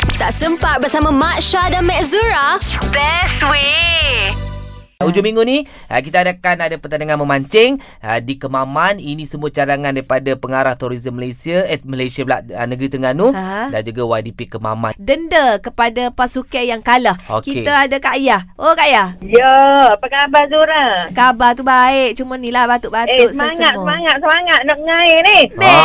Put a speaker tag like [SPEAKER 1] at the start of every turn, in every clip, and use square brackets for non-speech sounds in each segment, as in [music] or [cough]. [SPEAKER 1] Tak sempat bersama Mak Syah dan Mak Zura? Best way.
[SPEAKER 2] Hmm. Hujung minggu ni ah, kita adakan ada pertandingan memancing ah, di Kemaman. Ini semua cadangan daripada pengarah tourism Malaysia eh Malaysia pula ah, negeri Terengganu
[SPEAKER 3] Aha.
[SPEAKER 2] dan juga YDP Kemaman.
[SPEAKER 3] denda kepada pasukan yang kalah.
[SPEAKER 2] Okey.
[SPEAKER 3] Kita ada Kak Ayah. Oh Kak Ayah.
[SPEAKER 4] Ya, apa khabar Zura?
[SPEAKER 3] Khabar tu baik. Cuma ni lah
[SPEAKER 4] Eh,
[SPEAKER 3] batuk-batuk
[SPEAKER 4] semangat,
[SPEAKER 3] sesama.
[SPEAKER 4] semangat, semangat nak ngair ni.
[SPEAKER 2] Ah.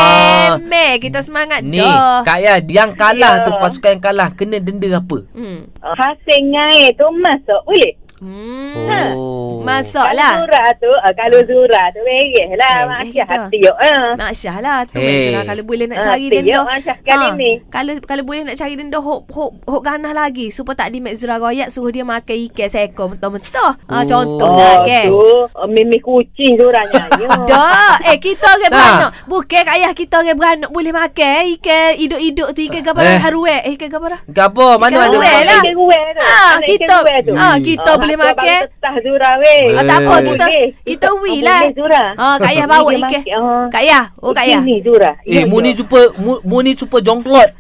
[SPEAKER 3] Memeh kita semangat
[SPEAKER 2] Ni
[SPEAKER 3] dah.
[SPEAKER 2] Kak Yah yang kalah
[SPEAKER 4] Ya.
[SPEAKER 2] tu pasukan yang kalah kena denda apa?
[SPEAKER 3] Hmm.
[SPEAKER 4] Uh, Hasil ngair tu masuk boleh.
[SPEAKER 3] Hmm.
[SPEAKER 2] Oh.
[SPEAKER 3] Masuk
[SPEAKER 4] Kalau
[SPEAKER 3] lah.
[SPEAKER 4] Zura tu, uh, kalau Zura tu beres lah.
[SPEAKER 3] Beres
[SPEAKER 4] Masya
[SPEAKER 3] kita.
[SPEAKER 4] hati yuk. Uh.
[SPEAKER 3] Nak Syah lah tu
[SPEAKER 2] Hey.
[SPEAKER 3] hey. kalau boleh nak
[SPEAKER 4] Ah,
[SPEAKER 3] cari
[SPEAKER 4] tiup
[SPEAKER 3] denda.
[SPEAKER 4] Mak Syah kali
[SPEAKER 3] Ah,
[SPEAKER 4] ni.
[SPEAKER 3] Kalau kalau boleh nak cari denda hok hok hok ganah lagi. Supaya tak di Mek Zura royak suruh dia makan ikan seekor mentah-mentah. Ah
[SPEAKER 2] Oh.
[SPEAKER 3] contoh
[SPEAKER 2] Oh,
[SPEAKER 3] lah kan.
[SPEAKER 4] tu, uh, mimi kucing Zura
[SPEAKER 3] [laughs]
[SPEAKER 4] Ya. nyanyi.
[SPEAKER 3] Dah. Eh, kita orang
[SPEAKER 2] Tak.
[SPEAKER 3] beranak. Bukan kat ayah kita orang beranak boleh makan. eh. Ikan hidup-hidup tu ikan gambar
[SPEAKER 2] Eh.
[SPEAKER 3] eh. haruai. Eh, ikan gambar
[SPEAKER 2] Gapo mana
[SPEAKER 4] Ah,
[SPEAKER 3] Ikan
[SPEAKER 2] ada
[SPEAKER 3] ruwet
[SPEAKER 2] orang-
[SPEAKER 3] lah.
[SPEAKER 4] Ikan ruwet tu.
[SPEAKER 3] Ah,
[SPEAKER 4] Anak
[SPEAKER 3] kita
[SPEAKER 4] ikan ruwet tu.
[SPEAKER 3] ah
[SPEAKER 2] Hmm.
[SPEAKER 3] kita
[SPEAKER 4] Ah,
[SPEAKER 3] boleh
[SPEAKER 4] masuk
[SPEAKER 3] makan.
[SPEAKER 4] bang tetah Zura weh.
[SPEAKER 3] Ah, tak apa
[SPEAKER 2] Eh.
[SPEAKER 3] kita
[SPEAKER 4] Boleh.
[SPEAKER 3] kita wi
[SPEAKER 4] Ah, boleh,
[SPEAKER 3] lah.
[SPEAKER 4] Zura.
[SPEAKER 3] Ha, kat ayah bawa
[SPEAKER 4] Boleh
[SPEAKER 3] ikan.
[SPEAKER 4] makan, ah.
[SPEAKER 3] Kat ayah. Oh, kat ayah.
[SPEAKER 4] Ikan ni Zura.
[SPEAKER 2] Eh,
[SPEAKER 4] Ya,
[SPEAKER 2] mu ni
[SPEAKER 4] ya.
[SPEAKER 2] jumpa mu, mu ni jumpa jongklot.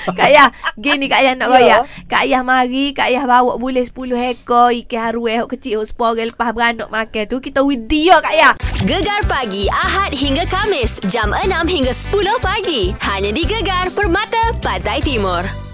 [SPEAKER 3] Kak Yah Gini Kak Yah nak
[SPEAKER 4] Ya.
[SPEAKER 3] royak Kak Yah mari Kak Yah bawa boleh 10 ekor Ikan haruai Hok kecil Hok sepore Lepas beranak makan tu Kita with dia Kak Yah
[SPEAKER 1] Gegar pagi Ahad hingga Kamis jam 6 hingga 10 pagi hanya di Gegar Permata Pantai Timur.